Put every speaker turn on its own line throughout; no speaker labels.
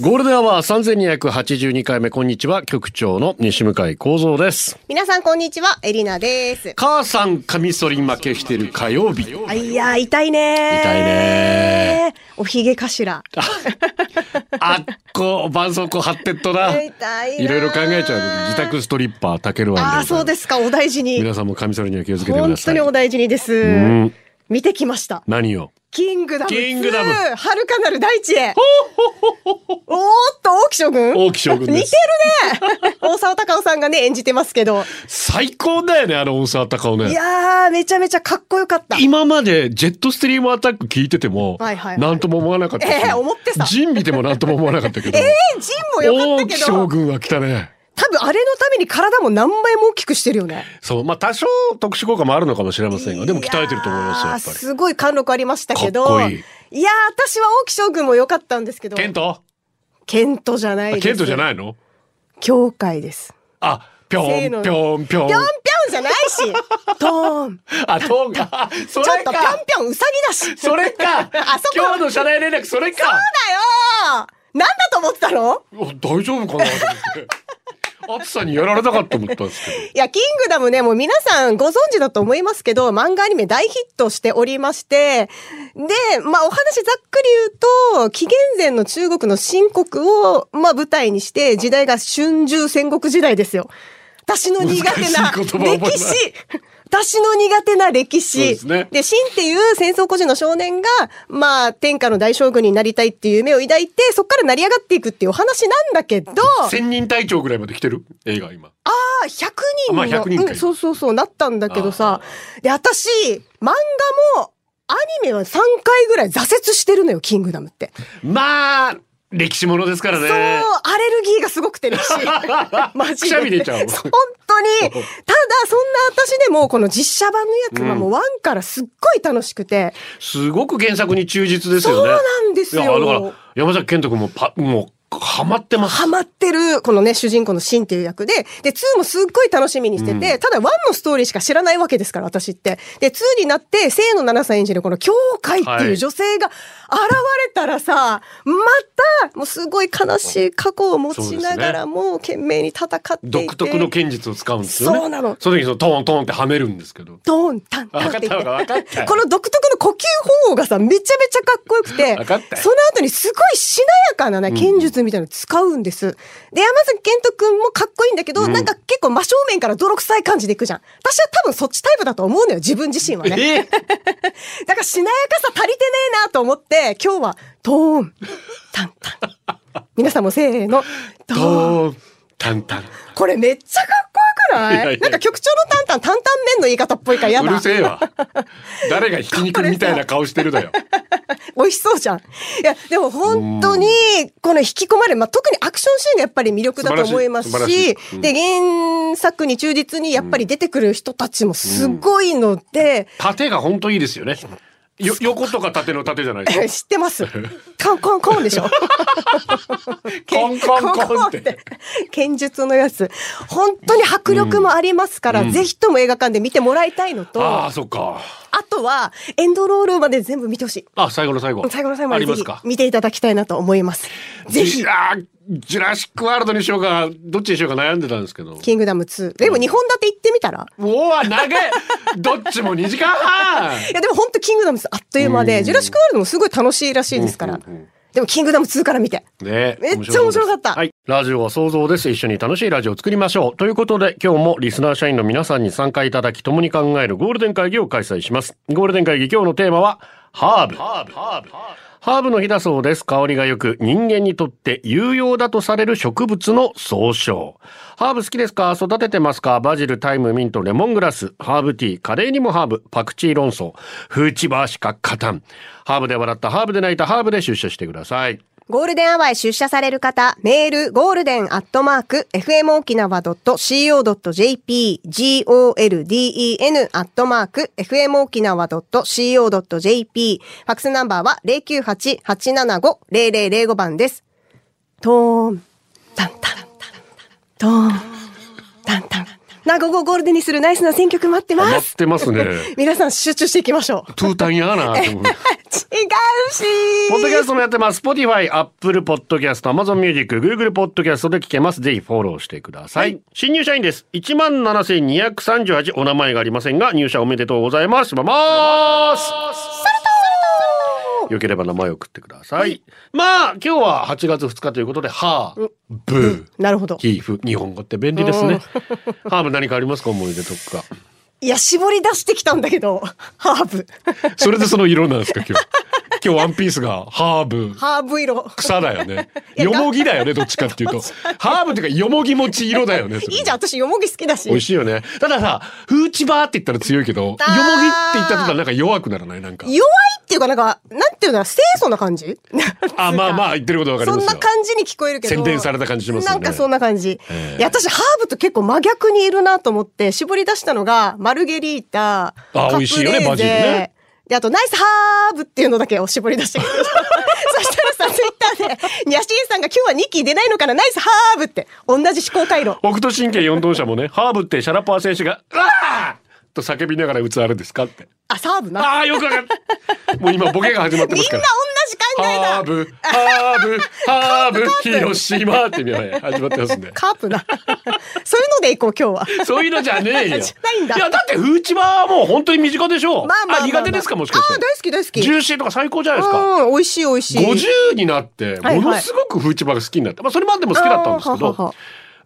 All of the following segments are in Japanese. ゴールデンアワー3282回目、こんにちは。局長の西向井幸三です。
皆さんこんにちは、エリナです。
母さん、カミソリ負けしてる火曜日。
あいやー、痛いねー。
痛いね
おひげかしら。
あっこ、絆創膏貼ってっとな。
痛いなー
いろいろ考えちゃう。自宅ストリッパー、タケルワン。
ああ、そうですすか、お大事に。
皆さんもカミソリには気をつけてく
本
ださ
当
い
に。お大事にです
ん。
見てきました。
何を
キングダム2。
キングダム
遥かなる大地へ。おーっと、大木将軍
大木将軍です
似てるね大沢たかおさんがね、演じてますけど。
最高だよね、あの大沢たかお
い
ね。
やー、めちゃめちゃかっこよかった。
今までジェットストリームアタック聞いてても、
はいはいはい
なんとも思わなかったし。
ええ思ってた
ジン見てもなんとも思わなかったけど。え
えジンもよか
大
った
木
け
将
ど、
軍は来たね。
多分あれのために体も何倍も大きくしてるよね。
そう、まあ多少特殊効果もあるのかもしれませんが、でも鍛えてると思いますよ、
や
や
ー
っぱり。
すごい貫禄ありましたけど。
かっこいい
やー、私は大木将軍も良かったんですけど。
ケント
ケントじゃないです。。
ケントじゃないいの
教会です。
あ、ぴょ
せー
ん
の
ぴょんぴょん
ぴょんぴょ。んじゃない し。トーン。
あ、トンか。そ
ちょっ
れ
とぴょん
か。
ぴょんうさぎだし。
それか。
あそこ
今日の社内連絡、それか。
だよーなんだと思ってたの
お大丈夫かなと思って。暑さにやられたかと思ったんですけど。
いや、キングダムね、もう皆さんご存知だと思いますけど、漫画アニメ大ヒットしておりまして、で、まあお話ざっくり言うと、紀元前の中国の秦国を、まあ舞台にして、時代が春秋戦国時代ですよ。私の苦手
難
な
しい言葉覚えない
歴史。私の苦手な歴
そう
史。
ですね
で、秦っていう戦争孤児の少年が、まあ、天下の大将軍になりたいっていう夢を抱いて、そこから成り上がっていくっていうお話なんだけど、
千人隊長ぐらいまで来てる映画今。
あ100人の、
まあ100人か
うん、そうそうそうなったんだけどさで私漫画もアニメは3回ぐらい挫折してるのよ「キングダム」って、
まあ、歴史ものですから
そう
ね。
アレルギーがすごくて 歴史マジ
くしゃみ出ちゃう
本 当にただそんな私でもこの実写版のやつはもうワンからすっごい楽しくて、
すごく原作に忠実です
そ
よ
う
ね。
なんですよ
いや、だから、山崎健人君もパ、もう、ハマってます
ハ。マってる、このね、主人公のシンっていう役で、で、2もすっごい楽しみにしてて、ただ1のストーリーしか知らないわけですから、私って。で、2になって、清野七さん演じるこの教会って
はいいう
女性が現れたらさ、また、もうすごい悲しい過去を持ちながらも、懸命に戦っていて。
独特の剣術を使うんですよね。
そうなの
その時にそのトントンってはめるんですけど。
ドーン、タン、タンって言っ
わかったわかってた。
この独特の呼吸方法がさ、めちゃめちゃかっこよくて
わかった、よ
その後にすごいしなやかなね、剣術みたいなの使うんです。で、山崎賢人くんもかっこいいんだけど、なんか結構真正面から泥臭い感じでいくじゃん。私は多分そっちタイプだと思うのよ、自分自身はね。
え
だからしなやかさ足りてねえなと思って、今日は、トーン、タンタン。皆さんもせーの、ドー
ト
ン。
ンタンタン。
これめっちゃかっこよくない
いやいや
なんか局長のタンタン、タンタン麺の言い方っぽいからや
う
だ。
るせえわ。誰がひき肉みたいな顔してるだよ。
美味しそうじゃん。いや、でも本当に、この引き込まれる、まあ、特にアクションシーンがやっぱり魅力だと思います
素晴ら
し、
しい素晴らしいうん
で、原作に忠実にやっぱり出てくる人たちもすごいので、
縦が本当いいですよね。よ横とか縦の縦じゃないです
知ってます。コンコンコンでしょ
コンコンコンって
剣術のやつ。本当に迫力もありますから、ぜひとも映画館で見てもらいたいのと、
ああ、
あ
そっか。
とは、エンドロールまで全部見てほしい。
あ、最後の最後。
最後の最後ま
あ
で
り
ぜ
ます
ひ
か。
見ていただきたいなと思います。ぜひ
ジ。あージュラシックワールドにしようか、どっちにしようか悩んでたんですけど。
キングダム2。でも日本立て行ってみたら
うわ、長いどっちも2時間半
いやでも本当キングダム2あっという間で、ジュラシックワールドもすごい楽しいらしいですから。でもキングダム2から見て。
ね
めっちゃ面白かった
はい。ラジオは想像です。一緒に楽しいラジオを作りましょう。ということで、今日もリスナー社員の皆さんに参加いただき、共に考えるゴールデン会議を開催します。ゴールデン会議、今日のテーマは、ハーブ。ハーブ、ハーブ。ハーブの日だそうです。香りが良く、人間にとって有用だとされる植物の総称。ハーブ好きですか育ててますかバジル、タイム、ミント、レモングラス、ハーブティー、カレーにもハーブ、パクチー論争、フーチバーシカ、カタン。ハーブで笑った、ハーブで泣いた、ハーブで出社してください。
ゴールデンアワーへ出社される方、メール、ゴールデンアットマーク、fmokinawa.co.jp、golden アットマーク、fmokinawa.co.jp、ファックスナンバーは098-875-0005番です。トーン、タンタン、トーン、タンタン。な、午後ゴールデンにするナイスな選曲待ってま
待っ
す。
てますね。
皆さん集中していきましょう。
トゥータンやなって 思う。
違うし
ポッドキャストもやってます。Spotify、Apple Podcast、Amazon Music、Google Podcast で聞けます。ぜひフォローしてください。新入社員です。17,238お名前がありませんが、入社おめでとうございます。しまます。よければ名前を送ってください。まあ、今日は8月2日ということで、ハーブ、
なるほど。
キーフ、日本語って便利ですね。 ハーブ何かありますか思い出とか。
いや、絞り出してきたんだけど、 ハ ーブ。
それでその色なんですか、今日。 今日ワンピースがハーブ、
ハーブ色。
草だよ ね。よもぎだよね、どっちかっていうと。ハーブっていうか、よもぎもち色だよね。それ
いいじゃん、私、よもぎ好きだし。
美味しいよね。たださ、フーチバーって言ったら強いけど、よもぎって
あー
言ったらなんか弱くならないなんか。
弱いっていうか、なんか、なんていうのだ、清楚 な感じ
あ、まあまあ言ってることわかり
そ
ます
ん
よ。
な感じに聞こえるけど。
洗練された感じしますよね
なんかそんな感じ。
ええ
いや、私、ハーブと結構真逆にいるなと思って、絞り出したのが、マルゲリータ、
あ
カプレーゼ
美味しいよねバジルね。
で、あと、ナイスハーブっていうのだけを絞り出してくれ たそしたらさ、ツイッターで、ニャシンさんが今日は2期出ないのかな、ナイスハーブって、同じ思考回路。
北斗神経四等車もね、ハーブってシャラポワ選手が、うわーと叫びながら打つあれですかって。
あ、サーブな。
ああ、よくわかった。もう今ボケが始まって
みん
ます
な同
から。
じ考え
ハ
だ
ー。ブ、ハーブ、ハーブ、広島ってね始まってますんで。
カープな。 そういうのでいこう、今日 は。
そういうのじゃねえよ。
じゃないんだ
や、だって、フーチバはもう本当に身近でしょう。
まあまあまあまあ
苦手ですか、もしかして。
あー大好き大好き
ジューシーとか最高じゃないですか。
うん、美味しい美味しい。
50になって、
はいはい
ものすごくフーチバが好きになって、まあ、それまでも好きだったんですけ
あーはは
ど
は、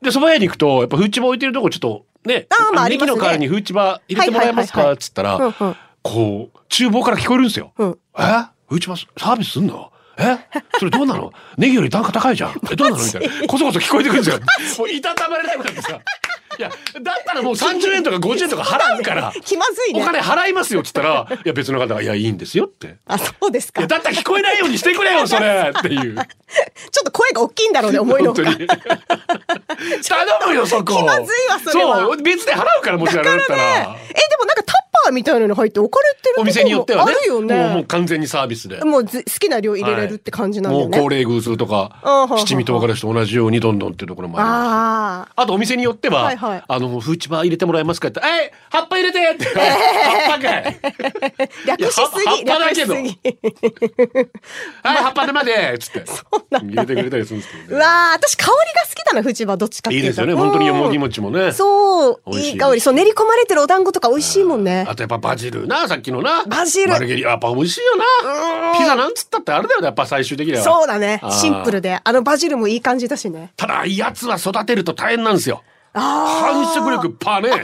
で、蕎麦屋に行くと、やっぱフーチバ置いてるとこちょっと、ね、
あーまああり
ネギ
ますね
の代わりにフーチバ入れてもらえます
はい
か
はいはいは
っ
い
つったら、
うんうん
こう、厨房から聞こえるんですよ。
うん
えフーチバサービスすんのえそれどうな のネギより単価高いじゃん。えどうなのみたいな。こそこそ聞こえてくるんですよ。もういたたまれなくなってさ。いや、だったらもう30円とか50円とか払うから。
気まずい
お
ね。
金払いますよっつったら、いや別の方が、いやいいんですよって。
あ、そうです
い
か。
や
ちょ
だったら聞こえないようにしてくれよ、それっていう。
っと声が大きいんだろうね、思い の
本
ほ
当
か。
に。頼むよ、そこ。
気まずいわそれは
う、別で払うから、もしあれだった
え、で
ら。
もなんかタッパーみたいなのに入って置かれてるとこ
お店によってはね。
ある
も
よ
うもう
ね。
完全にサービスで。
もうず好きな量入れれるって感じなんだ
も
よ
う
ね。
高齢偶数と
ああ
か
はあ
七味唐辛子と同じようにどんどんっていうところもありますし
あ
あとお店によっては、
はいはい
あの、フーチバー入れてもらえますかって、えい葉っぱ入れてって、 葉っぱかい。
あ、略しすぎ、
いや葉っぱだ
略
け
し
ど
すぎ。
はい、葉っぱでまでつって。入れてくれたりするんですけ
う
どね。
わあ、私香りが好きだな、フチバ、どっちかって
い
い
い
うと。
ですよね。本当によもぎ
も。
餅も ね。
そう、
美味しい
いい香り。そう、練り込まれてるお団子とか美味しいもんね
あ。とやっぱバジルな、さっきのな。
バジル
マルゲリやっぱ美味しいよな。ピザなんつったってあれだよね、やっぱ最終的には。
そうだね
あー。
シンプルで。あのバジルもいい感じだしね。
ただ、やつは育てると大変なんですよ。
あ
繁殖力パネ。
そう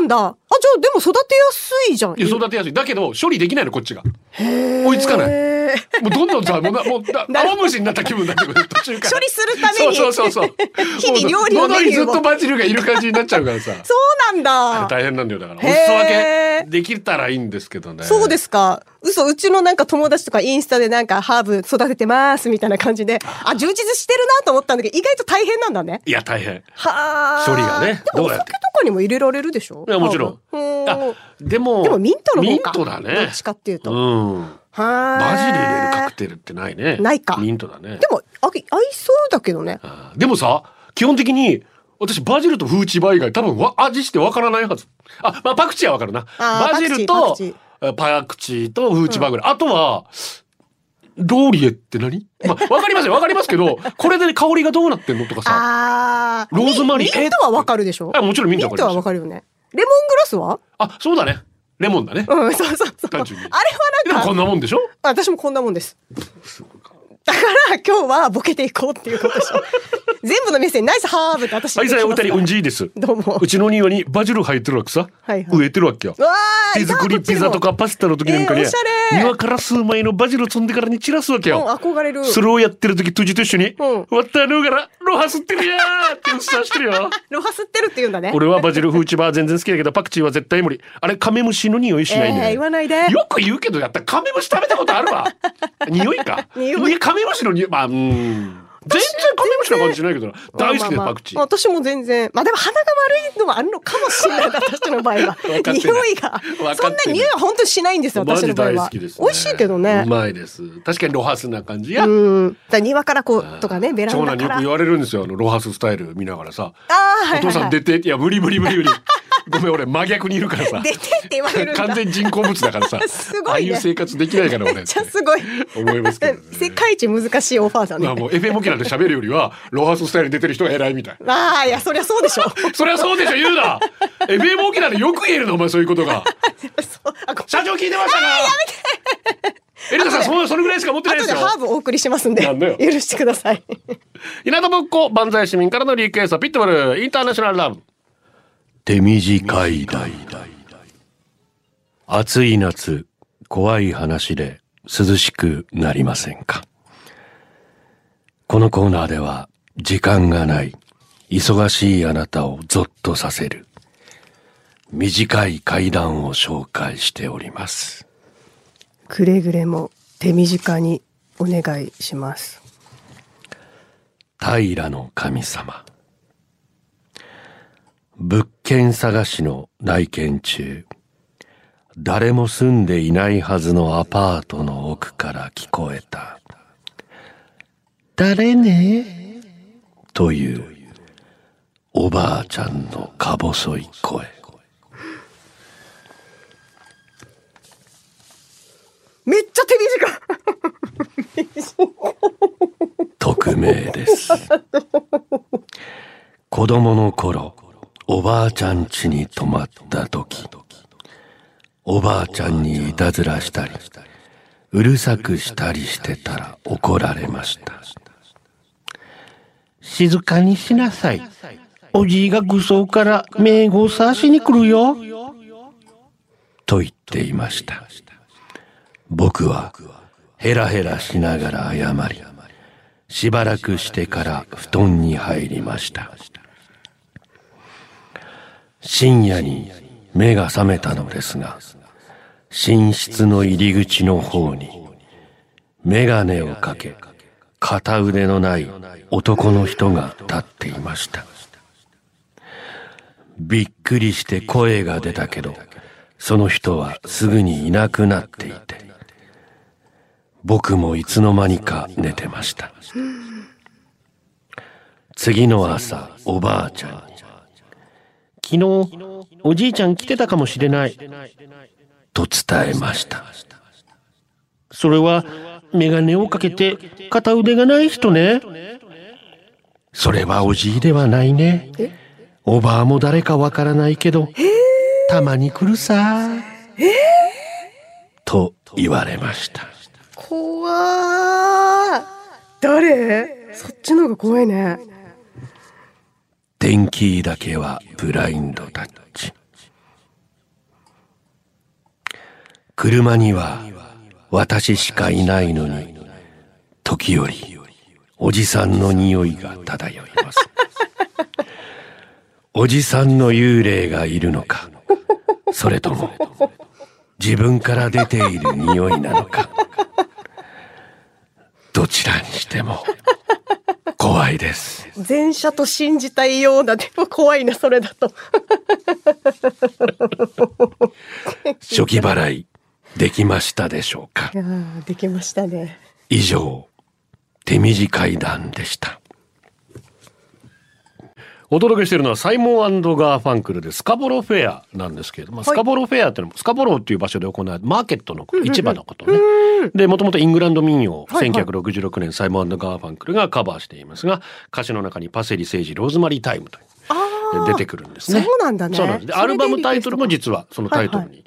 なんだ。あ、じゃあでも育てやすいじゃん。
いや育てやすい。だけど、処理できないの、こっちが。追いつかない。
へー
もうどんどん さ、もうな、もうだ、
なる
泡虫になった気分になってくる、途中から。
処理するために
そうそうそうそう。
日々料理の
喉
メ
に
ニュ
ず
ー
っ
を
とバジルがいる感じになっちゃうからさ。
そうなんだ。
大変なんだよ、だから。お
へー
裾分けできたらいいんですけどね。
そうですか。嘘、うちのなんか友達とかインスタでなんかハーブ育ててますみたいな感じで、あ、充実してるなと思ったんだけど、意外と大変なんだね。
いや、大変。
はあ。
処理がね
でも
どう
お
やっ
酒
て
とかにも入れられるでしょ
いや、もちろん
ハー。ブほ
あ
う、
でも。
でもミントの
ミ
方
ン
か。
トだね。
どっちかっていうと。
うん。
は
バジル入れるカ
か
クテルってないね。
ないか
ミントだね。
でも、あ合いそうだけどね。
あーでもさ、基本的に、私、バジルとフーチバ以外、多分わ、味してわからないはず。あ、まあ、パクチーはわかるな。
あー
バジル
パ
と
クチー、
えパクチーとフーチバぐらい。あとは、ローリエって何まあ、わかりますよ。わかりますけ ど、これで香りがどうなってんのとかさ。
あー
ローズマリー
ミミントはわかるでしょ
あもちろんミント
ミ
わかり
ント
ます
はわかるよね。レモングラスは
あ、そうだね。レモンだね。
うん、そうそうそう。
単
あれは
純にでも
なん
こ
か、
んなもんでしょ
私もこんなもんです。だから今日はボケていこうっていうことでしょ。全部のメッセージナイスハーブって私
はい、さあ、お二人、うん
じ
じいです。
どうも
うちの庭にバジル生えてるわけさ。
はいはい
植えてるわけよ。
わー
手
いた
作りピザとかパスタの時なんかに、
えーおしゃれ
庭から数枚のバジルを摘んでからに散らすわけよ。
うん憧れる
それをやってる時、トゥジと一緒に、
うん
わったのから、ロハ吸ってるやーってうっさしてる よ。
ロハ吸ってるって言うんだね
俺はバジルフーチバー全然好きだけど、パクチーは絶対無理。あれ、カメムシの匂いしないね。
えー言わないで
よく言うけど、やったらカメムシ食べたことある わ。匂いか。
匂い
やカメムシの匂い、まあ、うん。全然カメムシの感じしないけどな。大好
まあ
きだよ、
まあまあ
パクチー。
私も全然。まあでも鼻が悪いのはあるのかもしれない。私の場合 は。
かってない
匂いが。
わか
そ
ってなんい
な匂いは本当にしないんですよ、
マ
私
ジ
の場合
大好
は。
きです、
美味しいけどね
う。まいです。確かにロハスな感じや。
うん。だから庭からこう、とかね、ベラ
長
ンダ
男に
か
よく
ら。あ
言われるんですよ。あのロハススタイル見ながらさ。
あー、はいはい、はい。
お父さん出て、いや、無理無理無理無理。ごめん、俺真逆にいるからさ。
出てって言われるんだ。
完全人工物だからさ。
すごいね
ああいう生活できないから俺。
めっ ちゃ すごい。
思いますけどね
世界一難しいオファーだね。
まあもう、エフェモキなんて喋るよりは、ロハススタイルに出てる人が偉いみたい。
ああ、いや、そりゃそうでしょ。
そりゃそうでしょ、言うなエフェモキなんてよく言えるの、お前そういうことが。
そう あご
社長聞いてましたかやめてエリカさん、そそのぐらいしか持ってないで
後
す
で
よ。
ハーブお送りしますんで
なんだよ、
許してください。
稲田ぼっこ万歳市民からのリクエストピットブルインターナショナルラブ手短いだ暑い夏怖い話で涼しくなりませんかこのコーナーでは時間がない忙しいあなたをゾッとさせる短い階段を紹介しております
くれぐれも手短にお願いします。
平の神様物件探しの内見中誰も住んでいないはずのアパートの奥から聞こえた「誰ね?」というおばあちゃんのか細い声
めっちゃ手短い
匿名です。子供の頃、おばあちゃん家に泊まった時、おばあちゃんにいたずらしたり、うるさくしたりしてたら怒られました。静かにしなさい。おじいが愚僧から名護を探しに来るよ。と言っていました。僕はヘラヘラしながら謝り、しばらくしてから布団に入りました。深夜に目が覚めたのですが、寝室の入り口の方に、メガネをかけ、片腕のない男の人が立っていました。びっくりして声が出たけど、その人はすぐにいなくなっていて、僕もいつの間にか寝てました。次の朝、おばあちゃんに、昨日、おじいちゃん来てたかもしれない、と伝えました。それは、メガネをかけて、片腕がない人ね。それはおじいではないね。おばあも誰かわからないけど、たまに来るさ。と言われました。
怖ー誰そっちの方が怖いね。
電気だけはブラインドタッチ車には私しかいないのに時折おじさんの匂いが漂いますおじさんの幽霊がいるのかそれとも自分から出ている匂いなのかどちらにしても怖いです
前者と信じたいような、でも怖いな、それだと。
初期払いできましたでしょうか
いやーできましたね。
以上手短い談でしたお届けしているのはサイモンガーファンクルでスカボロフェアなんですけれども、スカボロフェアっていうのもスカボローっていう場所で行われたマーケットのこと市場のことね。でもともとイングランド民謡を
はいはい
1966年サイモンガーファンクルがカバーしていますが歌詞の中に「パセリ政治ローズマリータイム」という
あ
出てくるんですね。
そうなんだね
そうなんですで
それで
アルバムタイトルも
リクエス
実はそのタイトルに、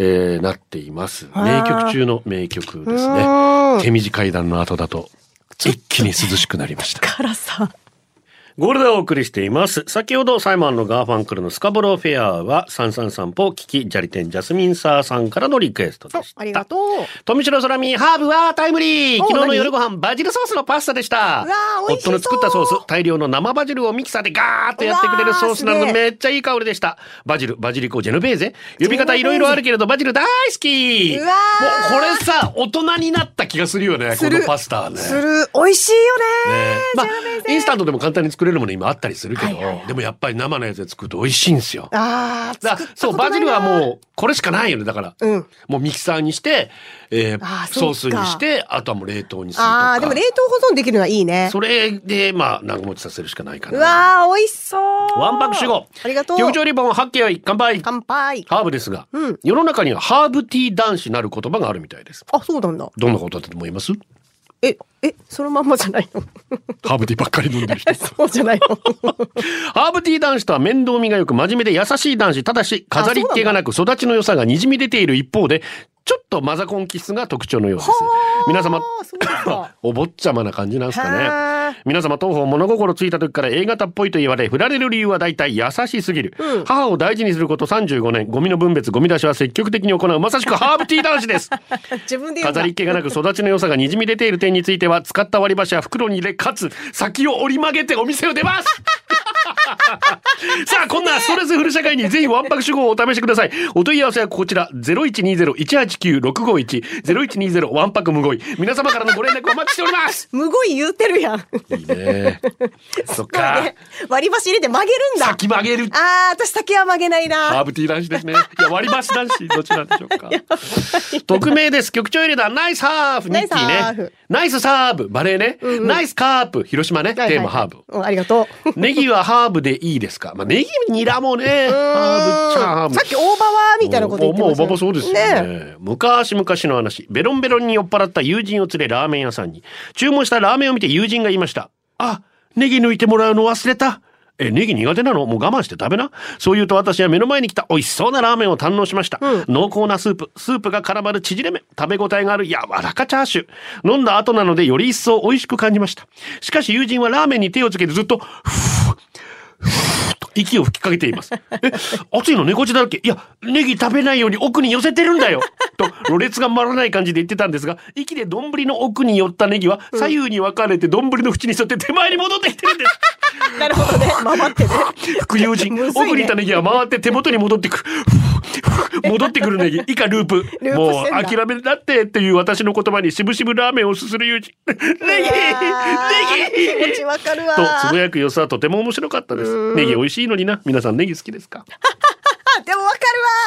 えーなっています。
あ
名
ー
曲中の名曲です
う
ね
ー。ん
手短い段の後だと一気に涼しくなりました。
からさ、
ゴールドでお送りしています。先ほどサイマンのガーファンクルのスカボローフェアは三三三歩キキジャリテンジャスミンサーさんからのリクエストでし
あり
た
が。とう。
富城空見ハーブはタイムリー
お
昨日の
何
夜ご飯バジルソースのパスタでした
うわー美味し
夫
そう
の作ったソース大量の生バジルをミキサーでガーッとやってくれるソースな
う
の
わーすげ
めっちゃいい香りでしたバジルバジリコジェノベーゼ呼び方
ジェノベーゼ
いろいろあるけれどバジル大好き
うわ
も
ー
うこれさ大人になった気がするよねこ
する
のパスタはね
する。美味しいよね。
ねまあ
ジェノベー、ゼ
インスタントでも簡単に作れるもの今あったりするけど、
はいはいはい
でもやっぱり生のやつで作ると美味しいんですよ。
ああ、
だ
作った
そう
こと
バ
な
ジ
い
ル
な
はもうこれしかないよねだから、
うん
もうミキサーにして、えー
あー
ソース
そっか
にしてあとはもう冷凍にするとか
ああ、でも冷凍保存できるのはいいね。
それでまあ長持ちさせるしかないか
う
な
わー、美味しそう。
わんぱく主語
ありがとう。
局長リボン発見乾杯
乾杯。
ハーブですが、
うん
世の中にはハーブティー男子なる言葉があるみたいです
あ、そうなんだ。
どんなことだと思います
え、え、そのまんまじゃないの
ハーブティーばっかり飲んでる人
そうじゃないの
ハーブティー男子とは面倒見がよく真面目で優しい男子ただし飾りっ気がなく育ちの良さがにじみ出ている一方でちょっとマザコン気質が特徴のようです皆様
あーそうです か
お坊ちゃまな感じなんですかね
は
皆様当方物心ついた時から A 型っぽいと言われ振られる理由は大体優しすぎる、
うん
母を大事にすること35年ゴミの分別ゴミ出しは積極的に行うまさしくハーブティー男子です
ー自分で言うんだ
飾りっ気がなく育ちの良さがにじみ出ている点については使った割り箸は袋に入れかつ先を折り曲げてお店を出ます さあこんなストレスフル社会にぜひわんぱく主語をお試しくださいお問い合わせはこちら0120-189-651 0120わんぱくむごい皆様からのご連絡お待ちしております
むごい言うてるやん。
いいね そっ
まあ
か
ね割り箸入れて曲げるんだ。
先曲げる
ああ、私先は曲げない
ハ
な
ー。ブティー男子ですね。いや、割り箸男子、どっちなんでしょうか。匿名です。局長入れだ。ナイスハーフ。ニ
ナ
ッ
イス
キー
ハーフ
ね。ナイスサーブ。バレーね。ナイスカープ。広島ね。テーマハーブ。
ブ。うん、ありがとう。
ネギはハーブでいいですか。まあ、ネギ、ニラもね。ハーブっちゃハーブ。
さっき大葉はみたいなこと言ってました
もうおばばそうですよね昔々の話ベロンベロンに酔っ払った友人を連れラーメン屋さんに注文したラーメンを見て友人が言いましたあネギ抜いてもらうの忘れたえネギ苦手なのもう我慢して食べなそう言うと私は目の前に来た美味しそうなラーメンを堪能しました、濃厚なスープスープが絡まる縮れ麺食べ応えがある柔らかチャーシュー飲んだ後なのでより一層美味しく感じましたしかし友人はラーメンに手をつけてずっとふぅと息を吹きかけています。え、熱いの猫舌だらけ。いや、ネギ食べないように奥に寄せてるんだよ。と、ろれつが回らない感じで言ってたんですが、息で丼の奥に寄ったネギは左右に分かれて丼の縁に沿って手前に戻ってきてるんです。
なるほどね。回ってね。
副友人、
むずいね
奥にいたネギは回って手元に戻ってくる。戻ってくるネギ以下ループ
ループしてんだ
もう諦めだってっていう私の言葉にしぶしぶラーメンをすする友人 ネギネギ
気持ちわかるわ。
とつぶやく様子はとても面白かったですネギ美味しいのにな皆さんネギ好きですか
あでもわかる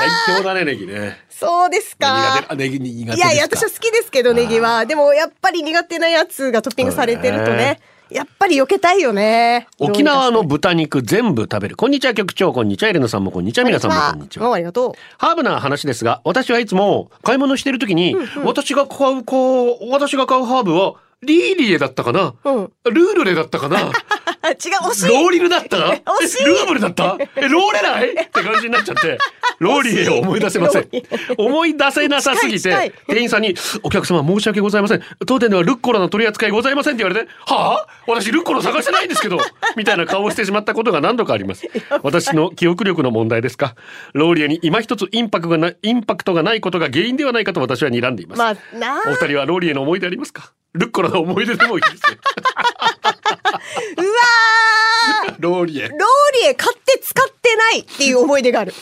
わ。
最強だねネギね
そうですか。
ネギ苦手
いやいや、私は好きですけど、ネギは。でも、やっぱり苦手なやつがトッピングされてると
そうね
ね。やっぱり避けたいよね。
沖縄の豚肉全部食べるこんにちは局長こんにちはエレナさんもこんにちは皆さんもこんにちは
どうにかしてこんにちは。どうも
ハーブな話ですが、私はいつも買い物してる時に、私が買う、こう、私が買うハーブは、リーリエだったかな、
うん
ルールレだったかな
あ
ロ
りがとう。あ、違う、惜しい。
ーリルだったなえ
惜しい
ルーブルだったえ、ローレライって感じになっちゃって、ローリエを思い出せません
ローリ。
思い出せなさすぎ
近い
て
近い、
店員さんに、お客様申し訳ございません。当店ではルッコラの取り扱いございませんって言われて、はぁ私ルッコラ探してないんですけど、みたいな顔をしてしまったことが何度かあります。私の記憶力の問題ですか。ローリエに今一つインパクトがない、インパクトがないことが原因ではないかと私は睨んでいます。
まあ、なあ
お。二人はローリエの思い出ありますかルッコラの思い出でもいいですよ。
うわー
ローリエ
ロ。ーリエ買って使ってないっていう思い出 がある。そ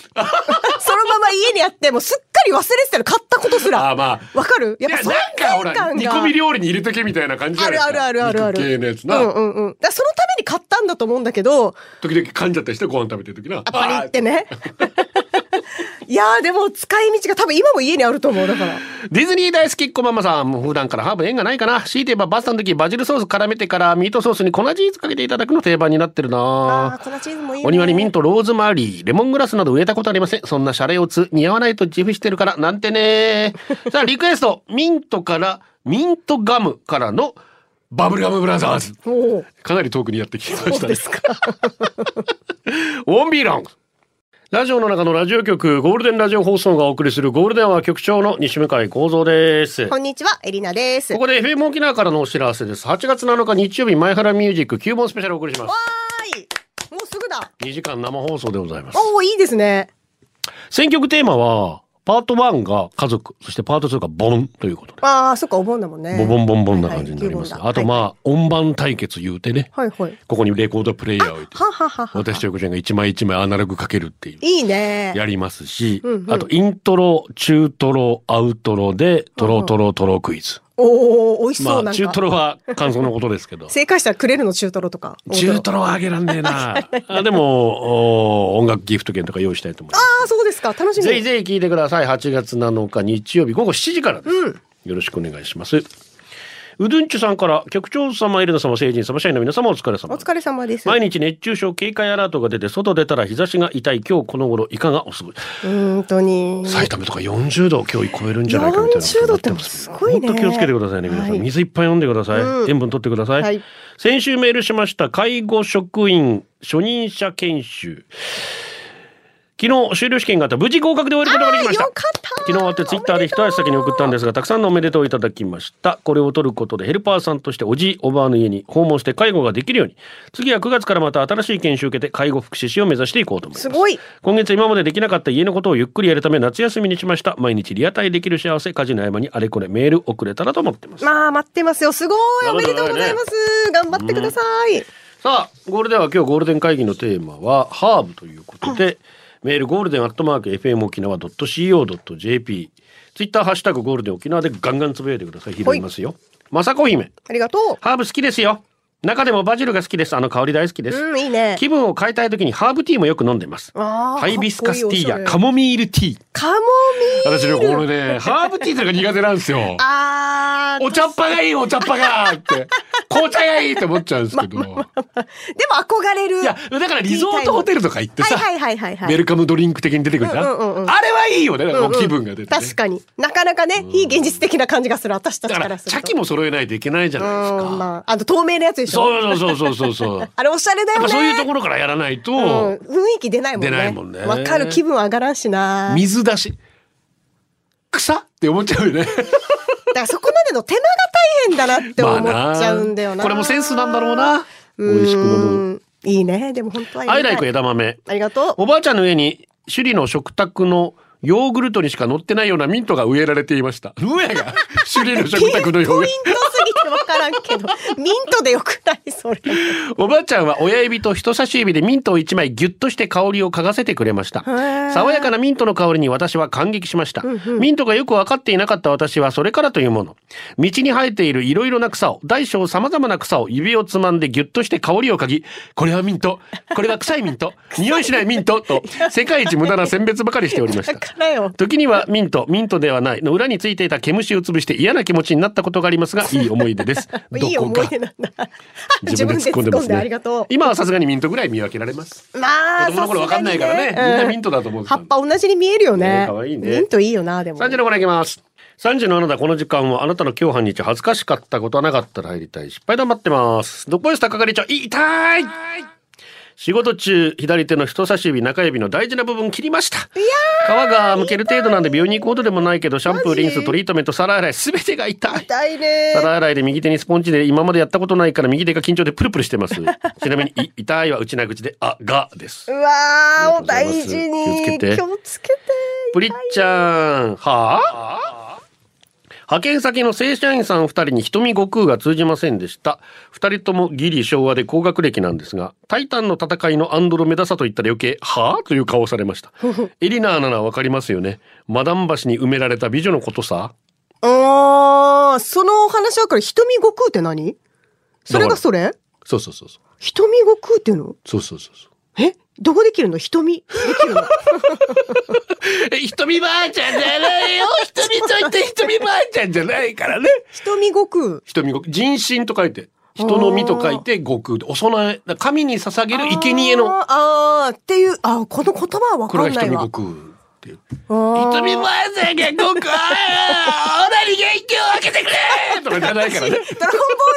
のまま家にあって、もうすっかり忘れてたの買ったことすら。
あーまあ
わかるやっ
いや
ぱ
なん
存
かほ
在
ら
感
煮
が。
込み料理に入れとけみたいな感じじゃ
あ
ないで
る
すか
あるあるあるある。
肉系のやつな、
うんうんうん。だからそのために買ったんだと思うんだけど、
時々噛んじゃったりしてご飯食べてる時な
パリって ね。いやーでも使い道が多分今も家にあると思うだから。
あーディズニー大好きっ子ママさんもう普段からハーブ縁がないかな強いて言えばパスタの時バジルソース絡めてからミートソースに粉チーズかけていただくの定番になってる
あ
な
あー、粉チーズもいい、ね。
お庭にミン。トローズマリーレモングラスなど植えたことありませんそんなシャレオツ似合わないと自負してるからなんてねさあリクエストミントからミントガムからのバブルガムブラザーズ
おお。
かなり遠くにやってきましたね
そうですか。
オンビーロンラジオの中のラジオ局ゴールデンラジオ放送がお送りするゴールデンは局長の西向井光三です
こんにちは、エリナです。
ここで FM 沖縄からのお知らせです8月7日日曜日前原ミュージック9本スペシャルをお送りします2時間生放送でございます。
おおいいですね。
選曲テーマは、パート1が家族、そしてパート2がボンということで、
ああ、そっか、お盆だもんね。
ボボンボンボンな感じになります。
はいはい
あとまあ、音盤対決言うてね、
はいはい。
ここにレコードプレイヤーを置いて、
はははは。
私と横ちゃんが一枚一枚アナログかけるっていう。
いいね。
やりますし、
うんうん
あとイントロ、中トロ、アウトロで、トロトロトロクイズ。
おお、美味しそう
ま
なんか。
あ、中トロは感想のことですけ ど。
正解したらくれるの中トロとか。
中トロはあげらんねえな。あでもお、音楽ギフト券とか用意したいと思いま
ああ、そうですか。楽し
す。
み。
ぜひぜひ聞いてください。8月7日日曜日午後7時からです。
うん
よろしくお願いします。うどんちゅさんから、局長様、エルナ様、成人様、社員の皆様、お疲れ様
お
です。
疲れ様です。
毎日熱中症警戒アラートが出て、外出たら日差しが痛い、今日この頃、いかがお過ごし
うーん、本当に。
埼玉とか40度を今日超えるんじゃないかみたいなことになってます。
40度ってすごいね
本当気をつけてくださいね、皆さん。
はい
水いっぱい飲んでください。
うん
塩分取ってください,、
はい
先週メールしました介護職員初任者研修。昨日終了試験があった無事合格で終えることができました。
よかった。
昨日あってツイッターで一足先に送ったんですがたくさんのおめでとうをいただきましたこれを取ることでヘルパーさんとしておじいおばあの家に訪問して介護ができるように次は9月からまた新しい研修を受けて介護福祉士を目指していこうと思います
すごい。
今月今までできなかった家のことをゆっくりやるため夏休みにしました毎日リアタイできる幸せ家事の合間にあれこれメール送れたらと思ってます、
まあ、待ってますよ。すごい。おめでとうございます。頑張ってください。
さあゴールデンは今日ゴールデン会議のテーマはハーブということで、メールゴールデンアットマーク FM 沖縄 .co.jp ツイッターハッシュタグゴールデン沖縄でガンガンつぶやいてください拾いますよ雅子姫
ありがと
ハーブ好きですよ中でもバジルが好きですあの香り大好きです、
う。うん、いいね。
気分を変えたい時にハーブティーもよく飲んでます
あー
ハイビスカステ
か
ィー
っこいいおしゃ
や
れ
カモミールティー
カモミ
私ね、これね、ハーブティーとか苦手なんですよ。
あー
お茶っ葉がいい、お茶っ葉 がって。紅茶がいいって思っちゃうんですけど。
でも憧れる。
いや、だからリゾートホテルとか行ってさ、
はいはいはいはいはい
ウェルカムドリンク的に出てくるじゃん。
うんうんうんうん
あれはいいよね、なんかこう気分が出て、ね
確かになかなかね、非現実的な感じがする私たち
だ
か
からら、
する
チ
と
ャキも揃えないといけないじゃ
う
ないですか。
んまああの透明なやつでしょ
そうそうそうそう そう。やっ
あれおしゃれだよね
ぱそういうところからやらないと、
うん、雰囲気出ないもんね
出ないもんね
わかる気分上がらんしなだ
水出し、草って思っちゃうよね。
からそこまでの手間が大変だなって思っちゃうんだよな,、
これもセンスなんだろうな。美
うん
味しく飲む。
いいねでも本当はや
ア
り
イ
た
ラ
い
イク枝豆。
ありがとう
おばあちゃんの上に首里の食卓のヨーグルトにしか乗ってないようなミントが植えられていました。植えが首里の食卓のヨーグ
ポイ
ル
ントすぎてわからんけどミントでよくないそれ
ト。おばあちゃんは親指と人差し指でミントを一枚ギュッとして香りを嗅がせてくれました。
ー
爽やかなミントの香りに私は感激しました。ミントがよくわかっていなかった私はそれからというもの。道に生えているいろいろな草を、大小様々な草を指をつまんでギュッとして香りを嗅ぎ、これはミント、これは臭いミ ント、匂いしないミントと、世界一無駄な選別ばかりしておりました
だ。からよ
時にはミント、ミントではないの裏についていた毛虫を潰して嫌な気持ちになったことがありますが、いい思い出です。ど
いい
こ
思い
か
出なんだ自分で突っ込んで
ますね
ありがとう
今はさすがにミントぐらい見分けられます。
まあ、
子供の頃わかんないからね
さすがに
みんなミントだと思うけど
葉っぱ同じに見えるよね
ね。可愛いね
ミントいいよな、でも。
3時のからいきます。3時のあなた、この時間はあなたの今日半日恥ずかしかったことはなかったら入りたい。失敗黙ってます。どこです高係長、い痛い仕事中、左手の人差し指、中指の大事な部分切りました。皮がむける程度なんで病院に行くほどでもないけど、シャンプー、
マジ
リンス、トリートメント、皿洗い、すべてが痛い。
痛いね。
皿洗いで右手にスポンジで今までやったことないから右手が緊張でプルプルし てます。ちなみに、い痛いは内な口で、あ、がです
う。わー、お
ありがとうござ
大
います
事に。
気をつけて
気をつけて。
プリッちゃん、はあ派遣先の正社員さん2人に瞳悟空が通じませんでした。2人ともギリ昭和で高学歴なんですが、タイタンの戦いのアンドロメダサと言ったら余計、はあという顔をされ ました。エリナーならわかりますよね。マダン橋に埋められた美女のことさ。
あー、そのお話はこれ、瞳悟空って何それがそれ
そうそうそうそう。
瞳悟空っていうの
そうそうそうそう。
えどこできるの瞳でき るの
え、瞳ばあちゃんじゃないよ瞳と言って瞳ばあちゃんじゃないからね。
瞳悟空。
瞳ご、人心と書いて、人の身と書いて悟空で、お供え、だから神に捧げる生贄の、
あーあー、っていう、あーこの言葉はわ
こ
か
れ
ん
が
ない
瞳
わ。
悟空っていう。
あー
瞳ばあちゃんが悟空、あーオナに元気を分けてくれとかじゃないから
ドラゴ
ね。
ンボー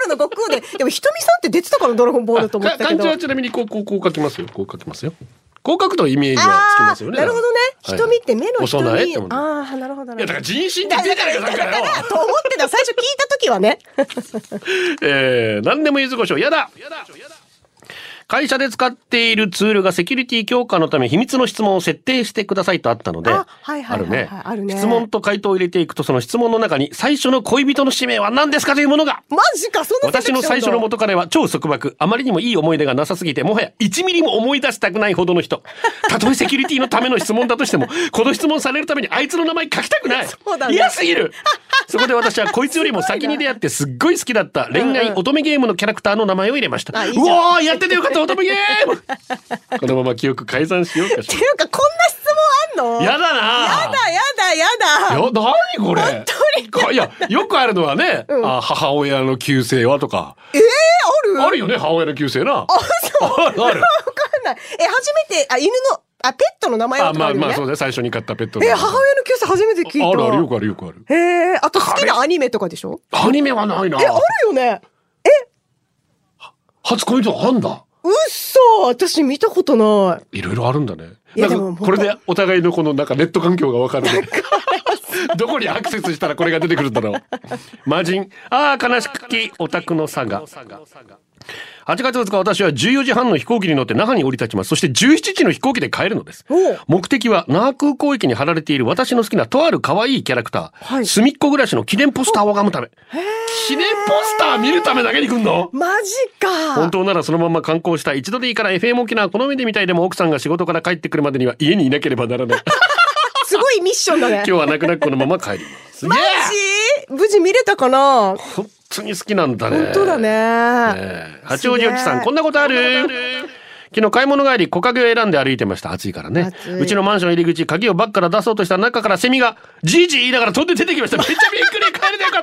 ルの悟空で、でも瞳さんって出てたからドラゴンボールと思っ
か
てたけ
漢
ど。
字はちなみにこう、こう、こう書きますよ。こう書きますよ。こう書くとイメージはつき
ああ
ますよね。
ーなるほどね。
はい
瞳って目の
お供えって
瞳
も。ね
ああ、なるほど
いや、だから
ね。
人心って出たらだからよ。
と思ってた最初聞い た時はね。
えー、何でもゆずこしょう、やだやだ会社で使っているツールがセキュリティ強化のため秘密の質問を設定してくださいとあったので、
あはいはいはいはい
あるね
あるね
質問と回答を入れていくと、その質問の中に最初の恋人の使命は何ですかというものが、
マジかそんな
私の最初の元彼は超束縛。あまりにもいい思い出がなさすぎて、もはや1ミリも思い出したくないほどの 人。たとえセキュリティのための質問だとしても、この質問されるためにあいつの名前書きたくない。
うだね
嫌すぎる。そこで私はこいつよりも先に出会ってすっごい好きだった恋愛乙女ゲームのキャラクターの名前を入れました。
あいいうじゃん
わーやっててよかった乙女ゲーム このまま記憶改ざんしようか
っ
して
いうかこんな質問あん
ら。
の
やだな
やだやだやだ
いや、なにこれ。本当に。いや、よくあるのはね、
ん
あ母親の旧姓はとか。え
え
あるよね、母親の旧姓な。あ、るある。
わかんないえ初めてあ犬のあペットの名前
あ、
はとか
ま
あ
あ
るよ
ま
ね
あ、そうね、最初に買ったペットの。
え母親の教室初めて聞いた
あるある、よくあるよくある。
へえあと好きなアニメとかでしょ
アニメはないな
え。あるよね
初恋とあんだ。
うっそ私見たことない
ろいろあるんだね。
いや
な
でも
んか、これでお互いのこの、なんかネット環境がわかるね。 どこにアクセスしたらこれが出てくるんだろう。魔人。ああ、悲しきオタクの差が。8月2日私は14時半の飛行機に乗って那覇に降り立ちますそして17時の飛行機で帰るのです
おう
目的は那覇空港駅に貼られている私の好きなとある可愛いキャラクター、
はい
すみっこ暮らしの記念ポスターを拝むため記念ポスター見るためだけに来んの
マジか
本当ならそのまま観光したい一度でいいから FM 沖縄この目で見たいでも奥さんが仕事から帰ってくるまでには家にいなければならない
すごいミッションだね
今日は泣く泣くこのまま帰りますすげ
マ
え
ジ無事見れたかな
本当に好きなんだね
本当だね
えー八王子おじさんこんなことある昨日買い物帰り木陰を選んで歩いてました暑いからね
暑いう
ちのマンション入り口鍵をバッグから出そうとした中からセミがじいじい言いながら飛んで出てきましためっちゃびっくり帰れてよ かっ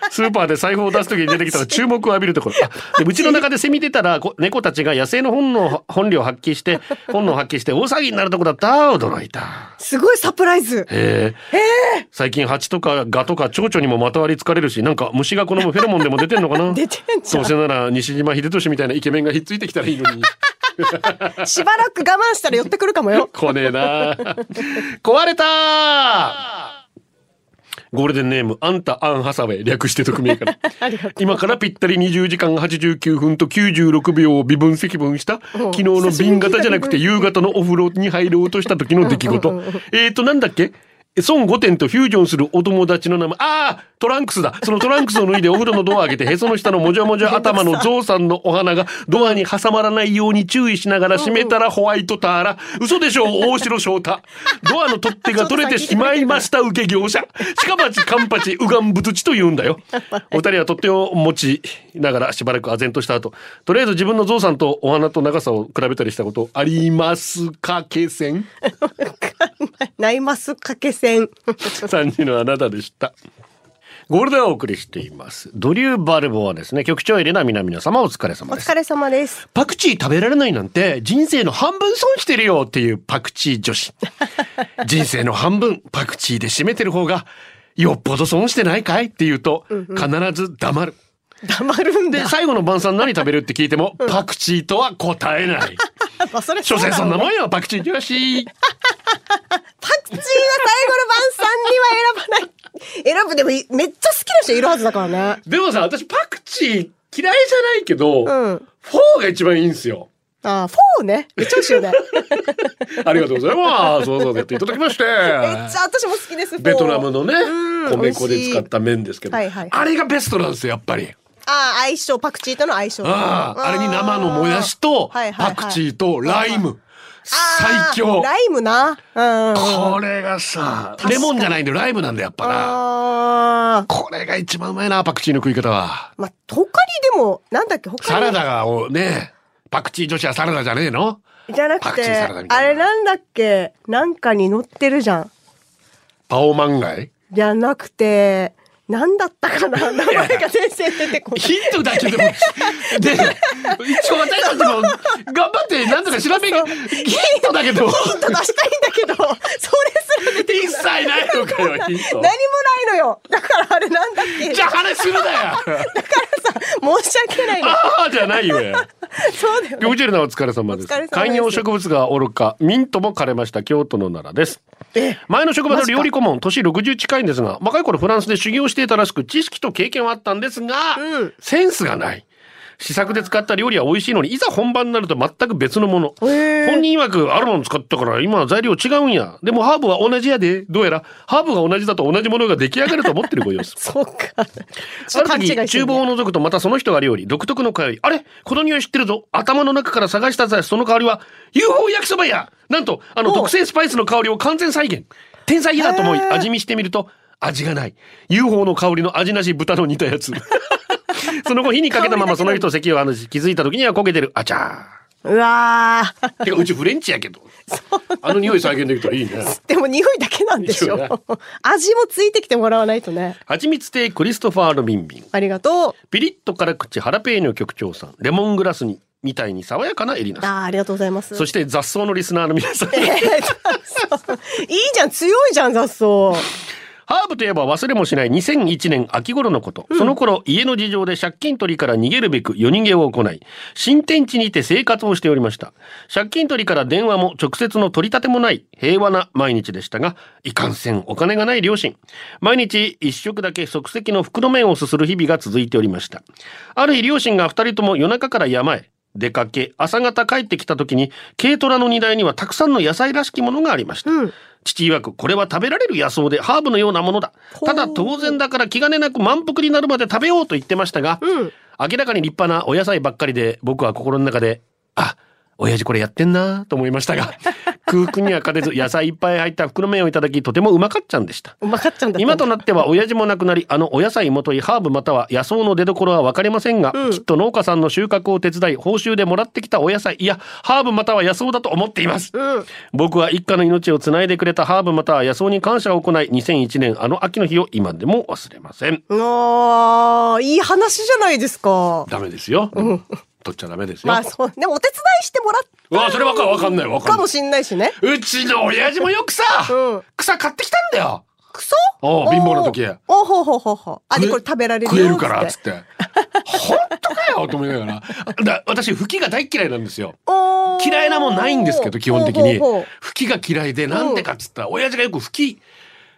たスーパーで財布を出す時に出てきたら注目を浴びるところあでうちの中でセミ出たらこ猫たちが野生の本能本領を発揮して本能を発揮して大騒ぎになるとこだった驚いた
すごいサプライ ズ
へえ最近蜂とかガとか蝶々にもまとわりつかれるしなんか虫が好むフェロモンでも出てんのかな
出てんじ
ど
ゃ
うせなら西島秀俊みたいなイケメンがひっついてきたらいい のに。
んしばらく我慢したら寄ってくるかも よ
来ねえな。壊れたゴールデンネーム、あんた、アン・ハサウェイ、略して匿名から。 今からぴったり20時間89分と96秒を微分積分した、昨日の瓶型じゃなくて夕方のお風呂に入ろうとした時の出来事。えーと、なんだっけ孫悟天とフュージョンするお友達の名前。ああトランクスだそのトランクスを脱いでお風呂のドアを開けて、へその下のもじゃもじゃ頭のゾウさんのお花がドアに挟まらないように注意しながら閉めたらホワイトターラ。嘘でしょ大城翔太。ドアの取っ手が取れてしまいました受け業者。近町、カンパチ、ウガンブツチと言うんだよ。お二人は取っ手を持ちながらしばらく唖然とした後、とりあえず自分のゾウさんとお花と長さを比べたりしたことありますかけせん
ナイマス掛け線
3時のあなたでした。ゴールデンをお送りしています。ドリューバルボはですね、局長エレナ南の様お疲れ
お
様です
疲。れ様です
パクチー食べられないなんて人生の半分損してるよっていうパクチー女子。人生の半分パクチーで締めてる方がよっぽど損してないかいって言うと必ず黙る。
黙るん
で、
だ
最後の晩餐何食べるって聞いてもパクチーとは答えない。
まあそれ
所詮
うだ
そ
ろうんね
なもんよ、パクチー女子。
パクチーは最後の晩餐には選ばない。選ぶでもいめっちゃ好きな人いるはずだからね。
でもさ、私パクチー嫌いじゃないけど、
うん。
フォーが一番いいんですよ。
あー、フォーね。めっちゃ美味しい よね。めっち
ありがとうございます。そうそうやっていただきまして。
ゃ私も好きです。フォー
ベトナム。のね
う、ん
米粉で使った麺ですけど、
美味しいはいはい
あれがベストなんですよ、やっぱり。
あー、相性、パクチーとの相性。
ああ、あれに生のもやしと、
はいはいは
パ
い
クチーとライム。
あー
最強。
ライムな。うん。
これがさ、レモンじゃないんでライムなんだよ、やっぱな。
あー。
これが一番うまいな、パクチーの食い方は。
まあ、他にでも、なんだっけ、他に。
サラダがをね、パクチー女子はサラダじゃねえの
じゃな
パ
く
クチー
て、
サラダみた
あ
いな
れなんだっけ、なんかに乗ってるじゃん。
パオマンガイ
じゃなくて、なんだったかな名前が全然出てこない。
ヒントだけ でも、で、一応私たちも頑張ってなんとか調べ、ヒントだけでも、
ヒント出したいんだけど、それすら出て
一切ないのかよ、ヒン
何も
ト
な。いのよ。だからあれなんだっけ。
じゃあ話するなよ
申し訳ないの。
ああじゃないよ。
そうだよね。
ビョジェルナお疲れ様です
お疲れ様です
観葉植物が愚か、ミントも枯れました。京都の奈良です。
え
前の職場の料理顧問、年60近いんですが、若い頃フランスで修行していたらしく、知識と経験はあったんですが、センスがない。試作で使った料理は美味しいのにいざ本番になると全く別のもの
へー
本人曰くあるもの使ったから今は材料違うんやでもハーブは同じやでどうやらハーブが同じだと同じものが出来上がると思ってるご 様子
そうか。ちょ
あ
っと
る
勘違い
時
して
厨
る
房を
ね
覗くとまたその人が料理独特の香りあれこの匂い知ってるぞ頭の中から探したさその香りは UFO 焼きそばやなんとあの
おう
特製スパイスの香りを完全再現天才だと思い味見してみると味がない UFO の香りの味なし豚の煮たや つその後火にかけたままその人席をあの気づいた時には焦げてるあちゃ
うわー。
ーてかうちフレンチやけどあの匂い再現できたらいいね
でも匂いだけなんでしょ
一応ね。
味もついてきてもらわないとね。
蜂蜜亭クリストファー・ロビンビン
ありがと
ピリッと辛口ハラペーニョ局長さんレモングラスにみたいに爽やかなエリナ
う。
さん
あーありがとうございます。
そして雑草のリスナーの皆さん
いいじゃん、強いじゃん、雑草。
ハーブといえば忘れもしない2001年秋頃のこと、その頃家の事情で借金取りから逃げるべく夜逃げを行い新天地にて生活をしておりました借金取りから電話も直接の取り立てもない平和な毎日でしたがいかんせんお金がない両親毎日一食だけ即席の袋麺をすする日々が続いておりましたある日両親が二人とも夜中から山へ出かけ朝方帰ってきた時に軽トラの荷台にはたくさんの野菜らしきものがありました、
うん
父曰くこれは食べられる野草でハーブのようなものだ
ほう
ただ当然だから気兼ねなく満腹になるまで食べようと言ってましたが、
うん。
明らかに立派なお野菜ばっかりで僕は心の中であ親父これやってんなと思いました が空腹には勝てず野菜いっぱい入った袋麺をいただきとてもうまかっちゃんでした
うまかっちゃんだった
今となっては親父も亡くなりあのお野菜元いハーブまたは野草の出所は分かりませんが、
うん
きっと農家さんの収穫を手伝い報酬でもらってきたお野菜いやハーブまたは野草だと思っています、
うん。
僕は一家の命をつないでくれたハーブまたは野草に感謝を行い2001年あの秋の日を今でも忘れません
あーいい話じゃないですか。
ダメですよ、取っちゃダメですよ、
まあそうね、お手伝いしてもらっ
うわそれわかわかんないわ
た
か
か
んな
も
い
しんないしね。
うちの親父もよくさ、
うん
草買ってきたんだよ
草
おう貧乏な時
おおほうほうほうほう。あ、で、これ食べられるよ
食えるからっつっ
って
て本当かよと思いながら だ私フキが大っ嫌いなんですよ
おー
嫌いなもんないんですけど基本的
ほう
に
ほうほう
フキが嫌いでなんでかっつったら親父がよくフキ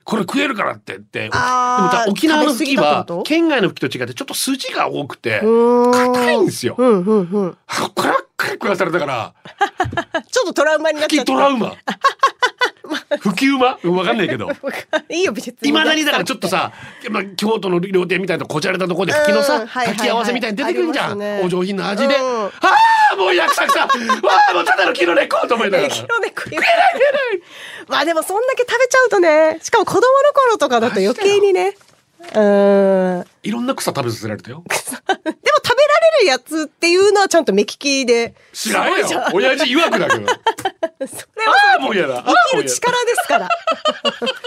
これ食えるからって言ってでも
あー
さ沖縄のフキは
食べ過ぎたってこと
県外のフキと違ってちょっと筋が多くて
うーん
硬いんですよ
うんうんうん。
こればっかり食わされたから
ちょっとトラウマになっ
フ
ちゃ
キ
っ
ト
た。
ラウ マフキウマわかんないけど
いいよ、別に。
いまだにだからちょっとさ、まあ、京都の料亭みたいなこじゃれたところで吹きの
うん
さ
はいはいはい
炊き合わせみたいに出てくるじゃ
あ
ん、
りますね
お上品な味で、
うん
ああもう役者さんわあもうただのキロネコと思い ながら
キロ猫いまあでもそんだけ食べちゃうとね、しかも子供の頃とかだと余計にね。うーん。
いろんな草食べさせられたよ
でも食べられるやつっていうのはちゃんと目利きで、
知らんよ親父曰くだけど
それは
ああもうやだああ
生
も
きる
う
力
やだ
です から。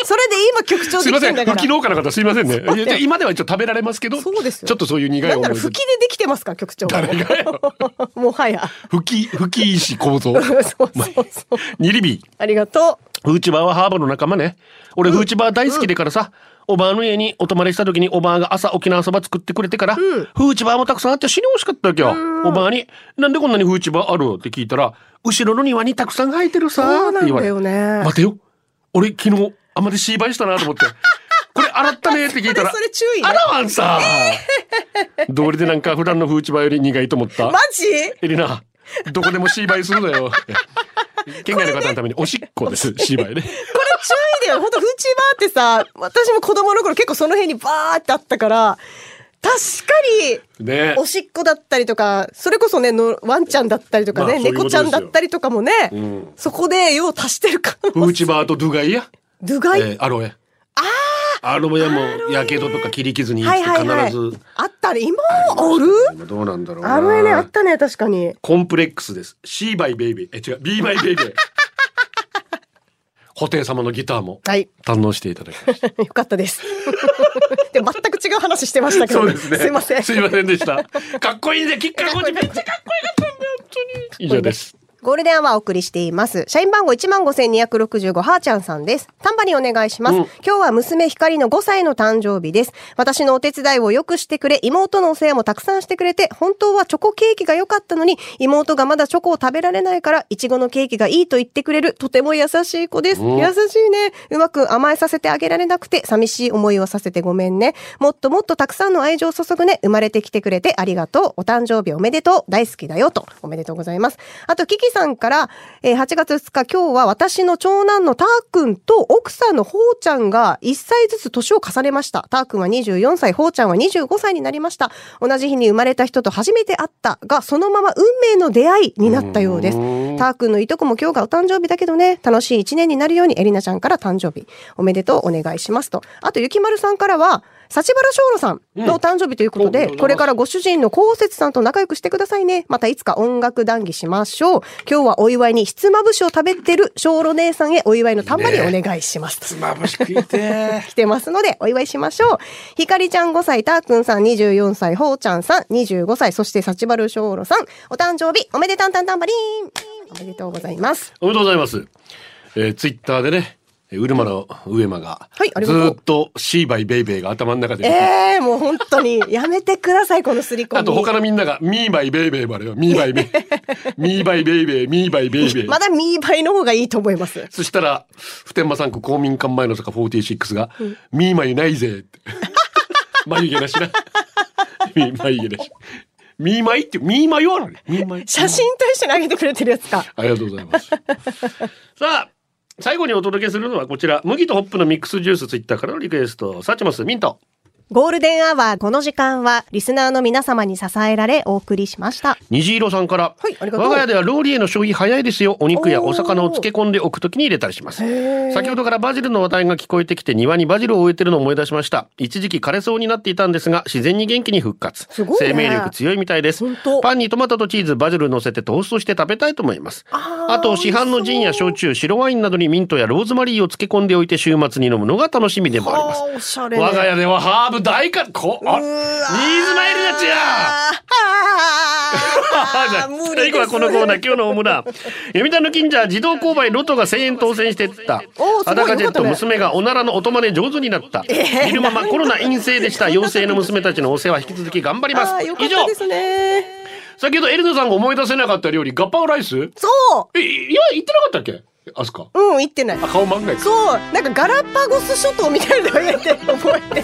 それで今局長
す
でき
いませ
てん
ん
だ
不
から
機。農家の方すいませんね
そうだよ
いや今では一応食べられますけど
そうですよ
ちょっとそういう苦い
なん
思
ないら
出
吹きでできてますから局長。
誰がよ
もはや。
吹き吹き石構造
そうそうそう。
ニリビ
ありがと
フーチバーはハーブの仲間ね。俺フーチバー大好きでからさ、おばあの家にお泊まりした時におばあが朝沖縄そば作ってくれてから、フーチバーもたくさんあって死に美味しかったわけよ。おばあに、なんでこんなにフーチバーあるって聞いたら、後ろの庭にたくさん生えてるさ
そう
っ
な
て
んだ
言われ
よね
待てよ。俺昨日あまり芝居したなと思って。これ洗ったねって聞いたら、
それ注意ね
洗わんさ、道理でなんか普段のフーチバーより苦いと思った。
う。マジ
エリナ、どこでも芝居するの よ。県外の方のためにおしっこです、芝居ね。
これ注意だよ。ほんと、フーチバーってさ、私も子供の頃結構その辺にバーってあったから、確かに、
ね
おしっこだったりとか、それこそね、のワンちゃんだったりとかね、
まあそういう
猫
こと
ちゃんだったりとかもね、そこで用足してるか
フーチバーとドゥガイや、
ドゥガ
え
イ、
ーアロエ。アロエもやけどとか切り傷にして必ず、
あったね。今もある
今どうなんだろうな
あの絵ね、あったね、確かに。
コンプレックスです。シーバイベイビー。え、違う、ビーバイベイ ビー。布袋様のギターも
はい。
堪能していただきました。
よかったです。 でも全く違う話してましたけど、 すいません。
すいませんでした。かっこいいんで、キッカーゴジめっちゃかっこよかったんだよ、本当に。以上です。
ゴールデンはお送りしています。社員番号15,265はーちゃんさんです。タンバリンお願いします。
うん
今日は娘光の5歳の誕生日です。私のお手伝いをよくしてくれ、妹のお世話もたくさんしてくれて、本当はチョコケーキが良かったのに、妹がまだチョコを食べられないから、いちごのケーキがいいと言ってくれる、とても優しい子です。
うん
優優しいね。うまく甘えさせてあげられなくて、寂しい思いをさせてごめんね。もっともっとたくさんの愛情を注ぐね。生まれてきてくれてありがとう。お誕生日おめでとう。大好きだよ。と。おめでとうございます。あと、キキさんから、えー8月2日、今日は私の長男のたーくんと奥さんのほうちゃんが1歳ずつ年を重ねました。たーくんは24歳、ほうちゃんは25歳になりました。同じ日に生まれた人と初めて会ったが、そのまま運命の出会いになったようです。ターくんのいとこも今日がお誕生日だけどね、楽しい一年になるようにエリナちゃんから誕生日おめでとうお願いしますと。あと、ゆきまるさんからは、幸原翔さんのお誕生日ということ
うんおめで
で、
とうございます
これからご主人の高節さんと仲良くしてくださいね。またいつか音楽談義しましょう。今日はお祝いにひつまぶしを食べてる小路姉さんへお祝いのたんまりお願いしますと。
まぶしくいて。
来てますので、お祝いしましょう。ひかりちゃん5歳、たーくんさん24歳、ほうちゃんさん25歳、そして幸丸翔ろさん、お誕生日、おめでたんたんたんばりーん。おめでとうございます。
おめでとうございます。えー、ツイッターでね、えーウルマの上間が、
はいあり
ず
がとう
ーっとシーバイベイベイが頭の中で、
ええもう本当に、やめてください、このすり込み。
あと他のみんなが、ミーバイベイベイもあるよ。ミーバイベイ。 ミーバイベイベイ、ミーバイベイベイ。
まだミーバイの方がいいと思います。
そしたら、普天間産区公民館前の坂46が、ミーマイないぜって。眉毛なしな。 ミー眉毛なし。ミーマイって、ミーマイはあるね。ミーマイ。
写真と一緒に上げてくれてるやつか。
ありがとうございます。さあ、最後にお届けするのはこちら、麦とホップのミックスジュースツイッターからのリクエスト、サチモス、ミント。
ゴールデンアワー、この時間は、リスナーの皆様に支えられ、お送りしました。
虹色さんから、
はいありがとう
我が家ではローリエの消費早いですよ。お肉やお魚を漬け込んでおくときに入れたりします。先ほどからバジルの話題が聞こえてきて庭にバジルを植えてるのを思い出しました。一時期枯れそうになっていたんですが、自然に元気に復活。
すごいね
生命力強いみたいです
本当。
パンにトマトとチーズ、バジル乗せてトーストして食べたいと思います。
あー
あと市販のジンや焼酎、白ワインなどにミントやローズマリーを漬け込んでおいて週末に飲むのが楽しみでもありま
おし
す。
ゃれ、ね。
我が家ではハーブ大か、こ、あ、ニーズマイルやつや
あーあー無理
最後はこのコーナー今日のオムラン読谷の近所は自動購買ロトが1000円当選してった
おーすごい
裸ジェッ
よか
ト
った
娘がおならの音真似上手になった見るままコロナ陰性でした陽性の娘たちのお世話引き続き頑張ります
あーよか
以
っ
上
たですね。
先ほどエリノさんが思い出せなかった料理ガッパオライス
そ
えいいや言ってなかったっけあすか
う、うん、言ってない。
あ顔真ん中
そう、なんかガラパゴス諸島みたいなのやって覚えて。